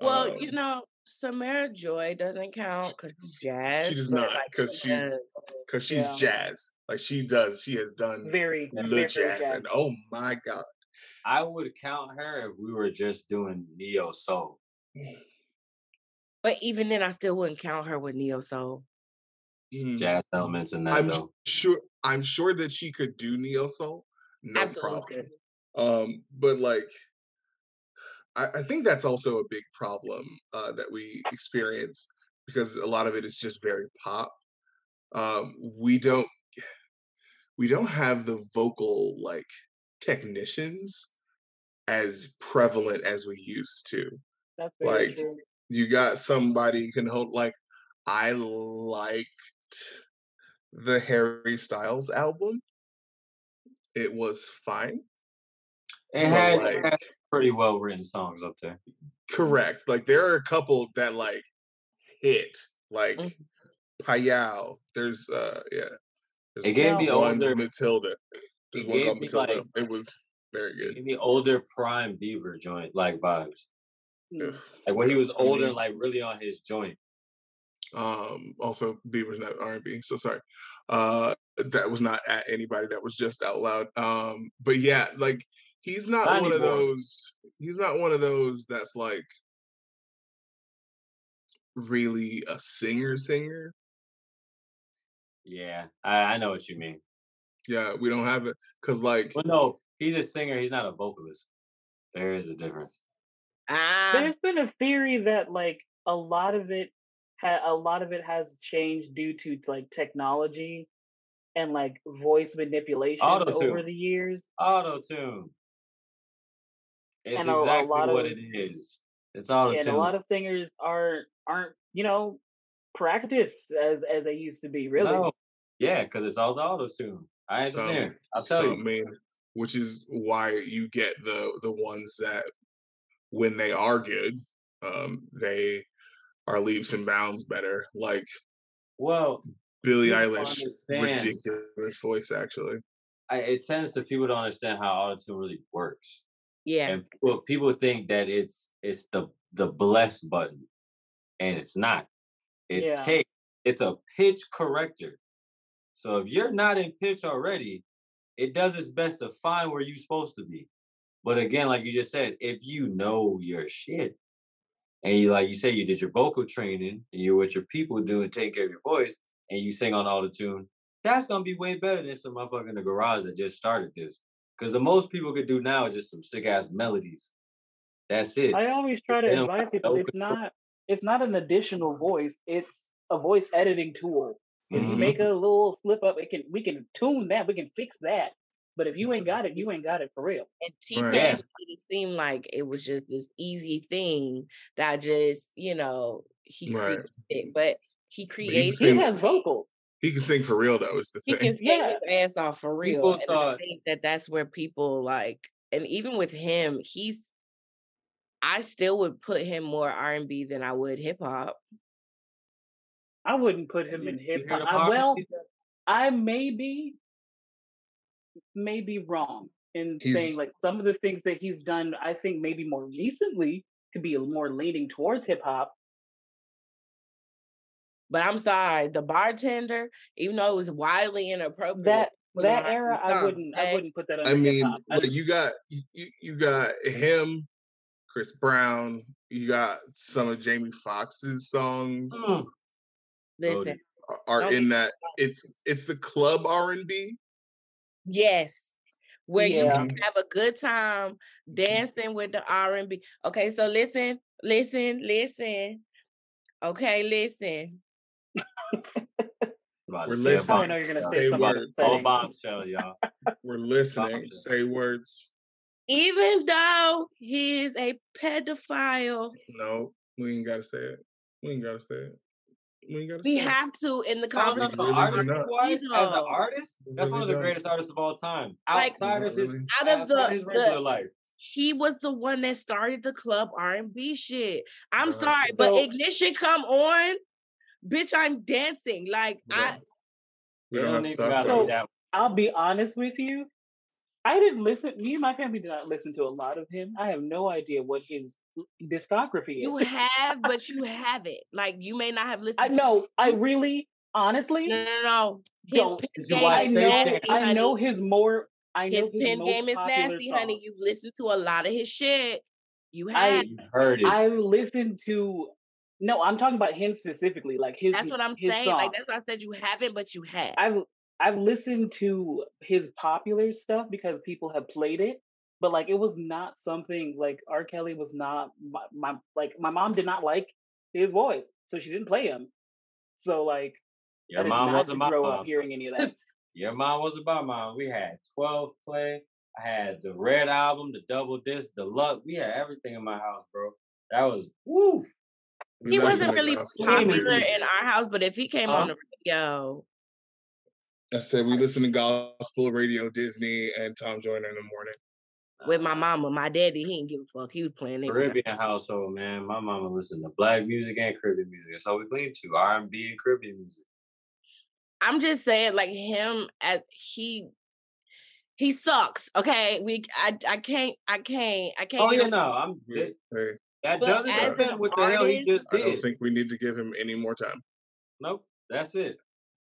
Well, you Um, know, Samara Joy doesn't count because she's s- she jazz, does but not like because she she's does. because she's Yeah. jazz. Like she does, she has done Very, Yeah. le very jazz, jazz. and oh my god, I would count her if we were just doing neo soul. But even then, I still wouldn't count her with neo soul. Mm-hmm. Mm. Jazz elements in that I'm though. sure I'm sure that she could do neo soul, no problem. Absolutely. Um, but like I, I think that's also a big problem uh, that we experience because a lot of it is just very pop. Um, we don't we don't have the vocal like technicians as prevalent as we used to. That's very Like true. you got somebody you can hold like I liked the Harry Styles album. It was fine, It but had, it like had pretty well written songs up there. correct. Like there are a couple that like hit like Mm-hmm. Mhm. Payao. There's uh yeah, there's It gave Now, me one older. Matilda. There's It one gave called me Matilda. like It was very it good. gave me older prime Bieber joint like vibes. mm, Ugh, Like when he was older, mm. like really on his joint. Um also Bieber's not R and B, so sorry. Uh that was not at anybody, that was just out loud. Um but yeah, like he's not Not one of anymore. those he's not one of those that's like really a singer singer. Yeah, I, I know what you mean. Yeah, we don't have it because like Well, no, he's a singer. He's not a vocalist. There is a difference. Ah, there's been a theory that like a lot of it, ha- a lot of it has changed due to like technology and like voice manipulations Auto over tune. the years, Auto tune. It's and a, a exactly lot what of it is. It's auto and a tune. lot of singers are aren't you know practiced as as they used to be really. No. Yeah, because it's all the auto tune. I some engineer. I'll tell um, some you. mean, which is why you get the the ones that when they are good, um, they are leaps and bounds better. Like Well, Billie people don't Eilish, understand. ridiculous voice actually. I, it tends to people don't understand how auto tune really works. yeah. and people, people think that it's it's the the bless button and it's not it Yeah, takes it's a pitch corrector so if you're not in pitch already it does its best to find where you're supposed to be but again like you just said if you know your shit and you like you say you did your vocal training and you're with your people doing taking care of your voice and you sing on all the tune, that's gonna be way better than some motherfucker in the garage that just started this. Cause the most people could do now is just some sick ass melodies. That's it. I always If try to They don't advise have people no it's control. not it's not an additional voice, it's a voice editing tool. If you Mhm. make a little slip up, it can we can tune that, we can fix that. But if you ain't got it, you ain't got it for real. And T Right. Pain Yeah. made it seem like it was just this easy thing that just, you know, he Right. created it, but he But he can created He sing it. has vocals. he can sing for real though, is the He thing. can sing Yeah. his ass off for real. People And I thought, think that that's where people like, and even with him, he's, I still would put him more R&B than I would hip hop. I wouldn't put him You- in you hip hear hop. the I- Well, hypocrisy? I may be, may be wrong in He's- saying like some of the things that he's done. I think maybe more recently could be more leaning towards hip hop. But I'm sorry, the bartender, even though it was wildly inappropriate, That was that an era, R&B I song, wouldn't, I okay? wouldn't put that under I mean, hip hop. I- look, you got you, you- you got him, Chris Brown. You got some of Jamie Foxx's songs Mm. Listen, are- are Don't in be- that. It's it's the club R and B. yes, where you Yeah. Mm-hmm. can have a good time dancing with the R&B. Okay, so listen, listen, listen. Okay, listen. I'm about to We're say listening. a I know you're gonna bombshell. Say say I'm about something to words. throw a upsetting. bombshell, y'all. We're listening. Gotcha. Say words. Even though he is a pedophile, No, we ain't gotta say it. We ain't gotta say it. We ain't gotta say we it. have to in the I don't know, conversation. We but really do artist not. wise, as an Either. artist, We that's really one of the don't. greatest artists of all time. Like- Outside Not of his, really. Out of outside of the, his the regular life, he was the one that started the club R&B shit. I'm No. sorry, but So- ignition come on, bitch. I'm dancing like We I. don't, we it don't have don't to even talk gotta about be it. that. I'll be honest with you. I didn't listen. Me and my family did not listen to a lot of him. I have no idea what his discography You is. have, but you haven't. Like you may not have listened. I know. I really, To, honestly, no, no, no. His don't. pen Did you game watch I is Space know. Jam? nasty, I honey. know his more. I know His his pen most game is popular nasty, honey. song. You've listened to a lot of his shit. You have. I You heard it. I listened to. No, I'm talking about him specifically. Like his that's what I'm his saying. Like song. that's why I said you haven't, but you have. I've I've listened to his popular stuff because people have played it, but like it was not something like R. Kelly was not my, my like my mom did not like his voice, so she didn't play him. So like I Your did mom not wasn't my grow up mom. hearing any of that. Your mom wasn't my mom. We had 12 play. I had the red album, the double disc, the luck. We had everything in my house, bro. That was woo. We He love wasn't some really Nas Gospel Screaming popular Period. in our house, but if he came on Huh? the radio, I said we listen to gospel radio, Disney, and Tom Joyner in the morning. with my mama, my daddy, he didn't give a fuck. He was playing everything. uh, Caribbean household, man. My mama listened to black music and Caribbean music. That's all we cling to. R and B and Caribbean music. I'm just saying, like him at he he sucks. Okay, we I I can't I can't I can't. Oh get yeah, over- no, I'm We- that, hey, that But doesn't as an defend what the hell he artist- just I don't did. think we need to give him any more time. Nope, that's it.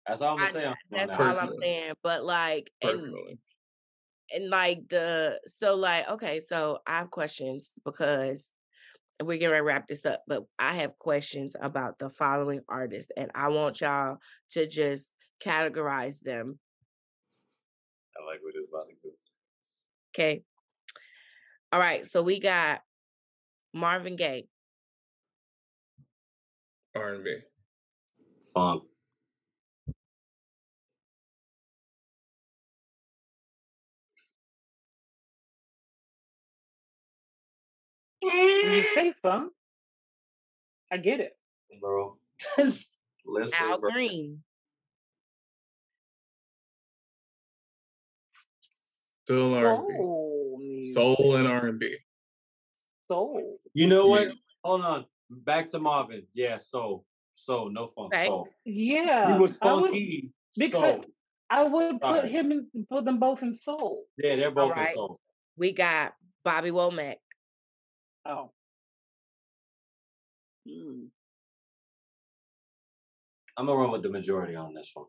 That's all I'm gonna I- say on, on that's that. all I'm Personally. saying. But like and Personally, and like the so like okay, so I have questions because we're gonna wrap this up, but I have questions about the following artists, and I want y'all to just categorize them. I like what it's about to do. Okay. All right. So we got Marvin Gaye, R and B, Funk. When you say funk, I get it. bro. Listen, Al bro. Green, still R and Oh. B, Soul music, soul and R and B. soul. You know what? Yeah. Hold on. Back to Marvin. Yeah, so so no funk. Right. So he Yeah, was I would funky. because So I would put Sorry. him in, put them both in soul. yeah, they're All both in right. soul. we got Bobby Womack, Oh. Mm. I'm gonna run with the majority on this one.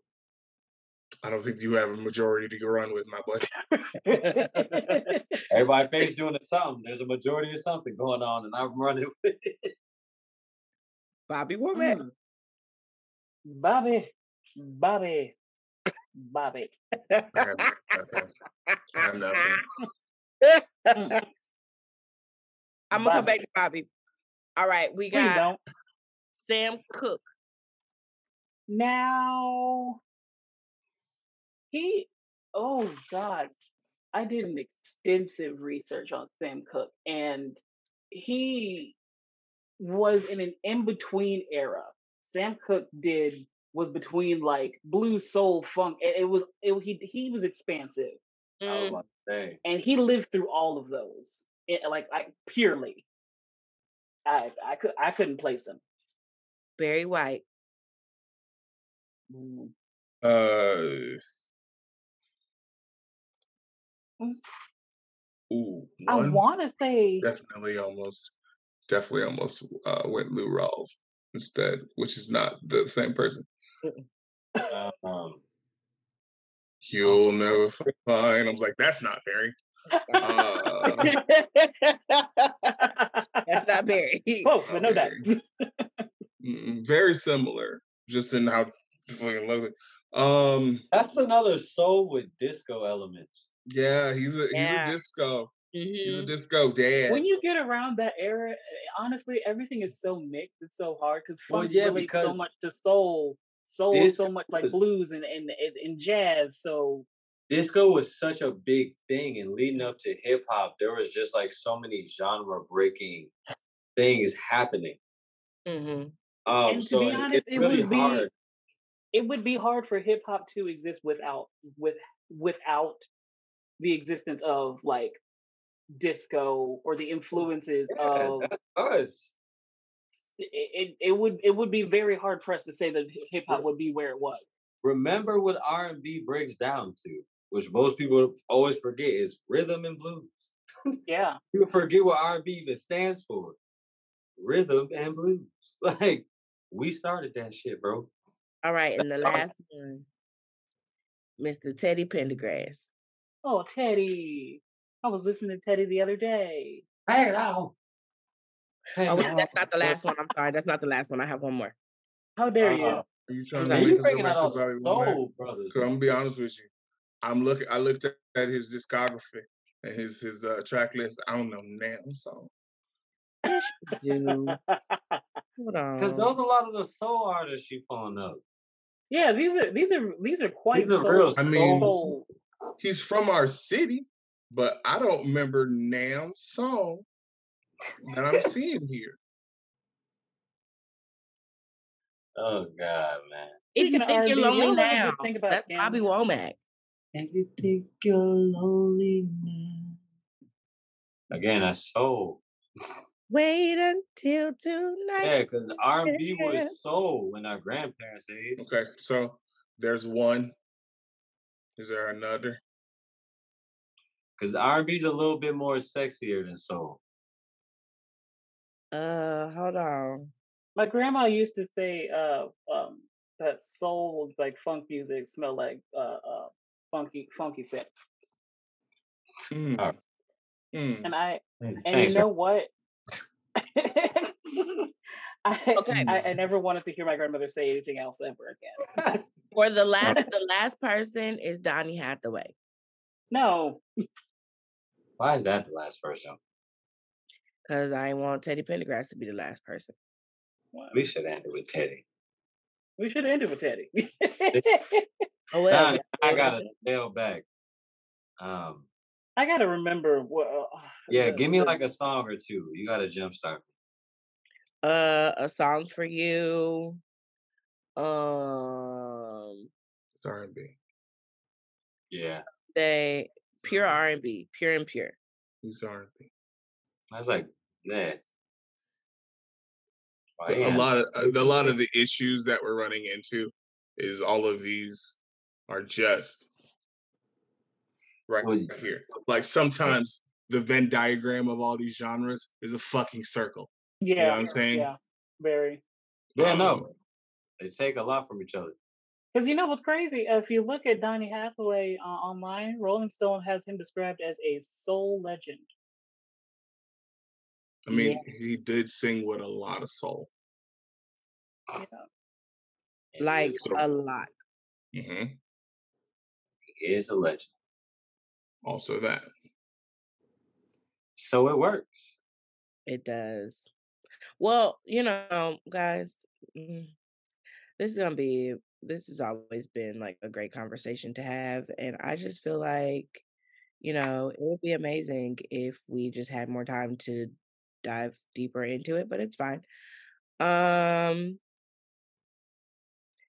I don't think you have a majority to go run with, my boy. Everybody face doing something. There's a majority of something going on, and I'm running with it. Bobby Womack, Mm. Bobby, Bobby, Bobby. I have nothing. I have nothing. Mm. I'm gonna come Bobby. back to Bobby. All right, we Please got don't. Sam Cooke. Now he. Oh God, I did an extensive research on Sam Cooke, and he was in an in-between era. Sam Cooke did was between like blues, soul, funk. It, it was it, he he was expansive. I was Mm, about to say. and he lived through all of those it, like like purely i i could i couldn't place him Barry White, Mm. Uh, Mm. ooh, I one want to say definitely almost, definitely almost uh, went Lou Rawls instead, which is not the same person. Um, You'll never find. I was like, that's not Barry. Uh, That's not Barry. close, but no doubt. mm, very similar, just in how fucking lovely. Um, that's another soul with disco elements. yeah, he's a Yeah. he's a disco. He's a Mhm. disco dad. when you get around that era, eh, honestly, everything is so mixed. It's so hard because Well, funk yeah, relates so because much to soul, soul is Disco so much like was blues and and and, and jazz. So disco was such a big thing, and leading up to hip hop, there was just like so many genre breaking things happening. Mm-hmm. Mhm. Um, and to so be it, it's honest, it really would be hard. it would be hard for hip hop to exist without with without the existence of like disco or the influences Yeah, of that's us. it, it, it would it would be very hard for us to say that hip hop Re- would be where it was. Remember what R and B breaks down to, which most people always forget is rhythm and blues. Yeah. You Uh-huh. forget what R and B even stands for. Rhythm and blues. Like we started that shit, bro. All right, and the Our last one, Mr. Teddy Pendergrass. Oh, Teddy. I was listening to Teddy the other day. Hey, now. Hey, Oh wait, now. that's not the last one. I'm sorry, that's not the last one. I have one more. How dare you? Uh, Are you I'm trying to man, sorry. make you us go bringing out back to all the Bobby Womack? soul brothers, Cause I'm man. gonna be honest with you. I'm looking. I looked at at his discography and his his uh, track list. I don't know damn song. Yes, you do. Hold Because on. those a lot of the soul artists you pulling up. yeah, these are these are these are These quite are real soul I mean, soul. soul. he's from our city, but I don't remember damn song that I'm seeing here. Oh God, man. If Speaking you of think you're R&B, lonely y'all ever now, just think about that's Sam? Bobby Womack. And you think you're lonely now. Again, that's soul. Wait until tonight. Yeah, because R&B yeah. was soul in our grandparents' age. Okay, so there's one. Is there another? Because R&B's a little bit more sexier than soul. Uh, hold on. My grandma used to say uh um that soul like funk music smell like uh, uh funky funky scent. Mm, All mm. And I right. and you Hmm. Thanks, man. know what? I, Okay. I mm. I never wanted to hear my grandmother say anything else ever again. For the Uh, last, the last person is Donnie Hathaway. No, Why is that the last person? Cause I ain't want Teddy Pendergrass to be the last person. Wow. We should end it with Teddy. we should end it with Teddy. Oh well, Donnie, y'all I know gotta nothing. tail back. Um, I gotta remember what uh, yeah, the give me the like a song or two. You gotta jumpstart. Uh, a song for you. Um, It's R&B. Yeah, they pure R and B, pure and pure. He's R&B. I was like, yeah, why the- a yeah. lot of a lot of the issues that we're running into is all of these are just right Well, here. Like sometimes the Venn diagram of all these genres is a fucking circle. You know yeah what I'm saying? yeah very yeah, Um, no, they take a lot from each other. because you know what's crazy if you look at Donny Hathaway uh, online, Rolling Stone has him described as a soul legend. I Yeah, mean, he did sing with a lot of soul. Yeah, And he is like So a lot. mhm, he is a legend. also that. So it works. It does. Well, you know, guys, mm, this is gonna be. This has always been like a great conversation to have, and I just feel like you know, it would be amazing if we just had more time to dive deeper into it, but it's fine. Um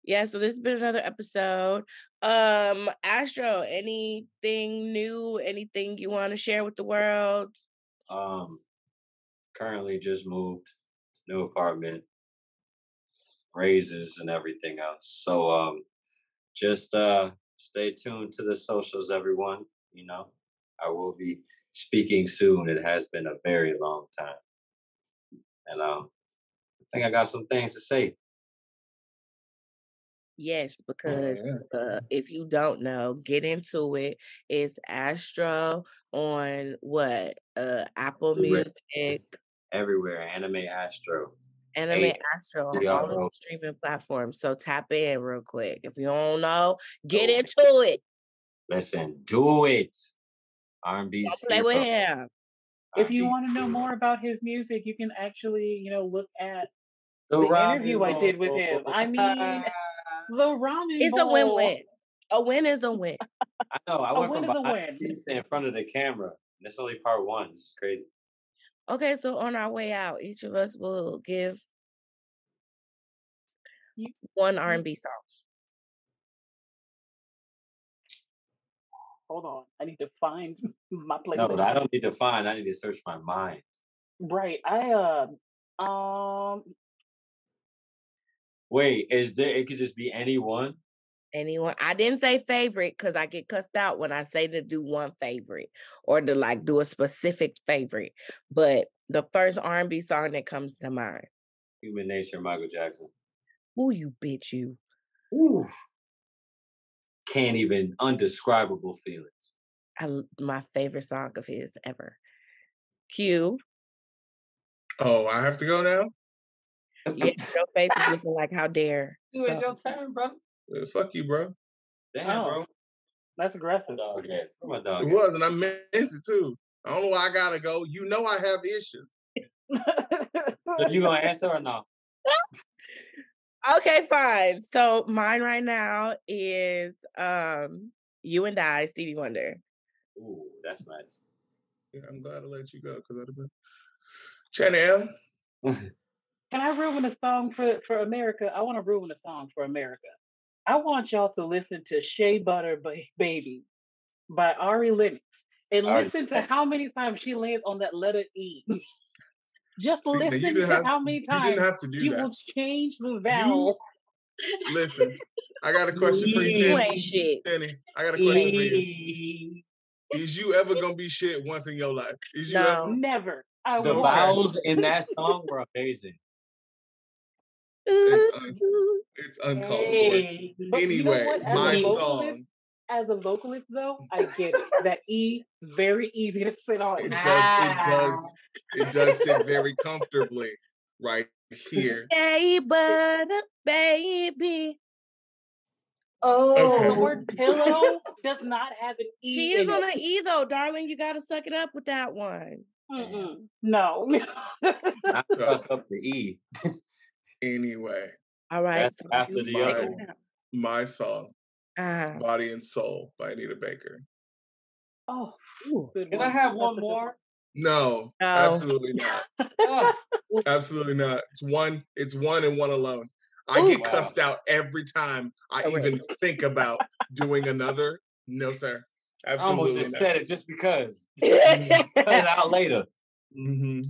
yeah, so this has been another episode. Um Astro, anything new, anything you want to share with the world? Um, currently just moved, to new apartment. raises and everything else. So um, just uh, stay tuned to the socials, everyone. You know, I will be speaking soon. It has been a very long time, and um, I think I got some things to say. Oh, Yes, because uh, if you don't know, get into it. It's Astro on what? Uh, Apple Everywhere. Music, Everywhere, anime Astro. Anime Eight. Astro on Yeah, all of bro. the streaming platforms. So tap in real quick. If you don't know, get Oh. into it. Listen, do it. R&B's Don't play with him. If you R&B's want to know hero. more about his music, you can actually, you know, look at The, the ramen interview I did with him. bowl. I mean, the ramen It's a bowl. win-win. A win Oh, is a win. I know. I A went win is from a behind win. the scenes to in front of the camera. And That's only part one. It's crazy. Okay, so on our way out, each of us will give You- one R&B song. Hold on, I need to find my No, playlist. I don't need to find. I need to search my mind. Right, I uh, um, Wait, is there? It could just be anyone. Anyone? I didn't say favorite because I get cussed out when I say to do one favorite or to like do a specific favorite. But the first R&B song that comes to mind. Human Nature, Michael Jackson. Who you bitch you? Ooh. Can't even undescribable feelings. I, l- my favorite song of his ever. Q. Oh, I have to go now. Yes, your face is looking like how dare. You, So, it's your turn, brother. Uh, Fuck you, bro. Damn, Oh. bro. that's aggressive. Where my dog at? Where my dog It at? was, and I meant it too. I don't know why I gotta go. You know I have issues. So you gonna answer or no? okay, fine. So mine right now is um You and I, Stevie Wonder. Ooh, that's nice. Yeah, I'm glad I let you go because I'd have been. Chanel, Can I ruin a song for, for America? I want to ruin a song for America. I want y'all to listen to Shea Butter ba- Baby by Ari Lennox and Ari listen to Lennox. how many times she lands on that letter E. Just see, now you listen to didn't have how many you didn't times have to do you that. will change the vowel. You listen. I got a question for you, Yeah. You Jenny. ain't shit. Jenny, I got a question for you. E- Is you ever gonna be shit once in your life? Is you No. ever? Never. I The won't. Okay. vowels in that song were amazing. It's un- Ooh, it's uncalled for. Hey. But you know Anyway, what? As my a Ooh. vocalist, song. as a vocalist though, I get it. That E is very easy to sit on. It does. It Ah. does. It does sit very comfortably right here. Hey, but baby. The Okay. Oh. word pillow does not have an She E is in on it. an E though, darling. You gotta suck it up with that one. Mm-mm. No. I So fuck up the E. anyway, All right. That's So after you the suck other it one. up. my song, Ah. Uh, "Body and Soul" by Anita Baker. oh, ooh. good Can I one. have That's one a good one. more? No, No. absolutely not. Ah, Ooh, Absolutely not. It's one. It's one and one alone. I ooh, get Wow. cussed out every time I correct. even think about doing another. No, sir. I almost Absolutely just not. said it just because. Cut it All out later. hmm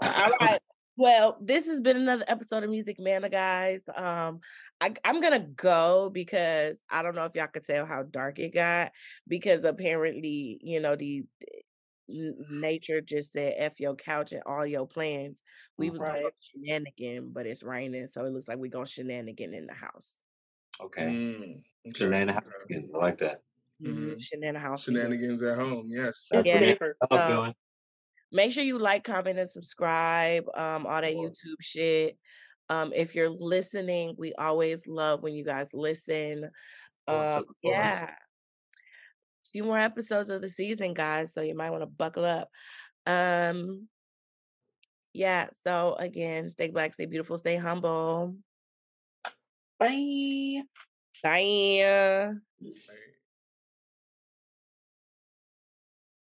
right. Well, this has been another episode of Music Mana, guys. Um, I, I'm gonna go because I don't know if y'all could tell how dark it got because apparently, you know, the n- nature just said f your couch and all your plans. We was gonna Right. go shenanigan, but it's raining, so it looks like we're gonna shenanigan in the house. Okay. Mm, okay. Shenanigans. okay. I like that. Mm-hmm. Mhm. Shenanigan house. we doing. Shenanigans at home. Yes. It's That's what Yeah. we safer. love So doing. make sure you like, comment, and subscribe. Um, all that Or- YouTube shit. Um, if you're listening, we always love when you guys listen. Course, Um, of course. yeah, few more episodes of the season, guys. So you might want to buckle up. Um, yeah. So again, stay black, stay beautiful, stay humble. Bye. Bye. Right.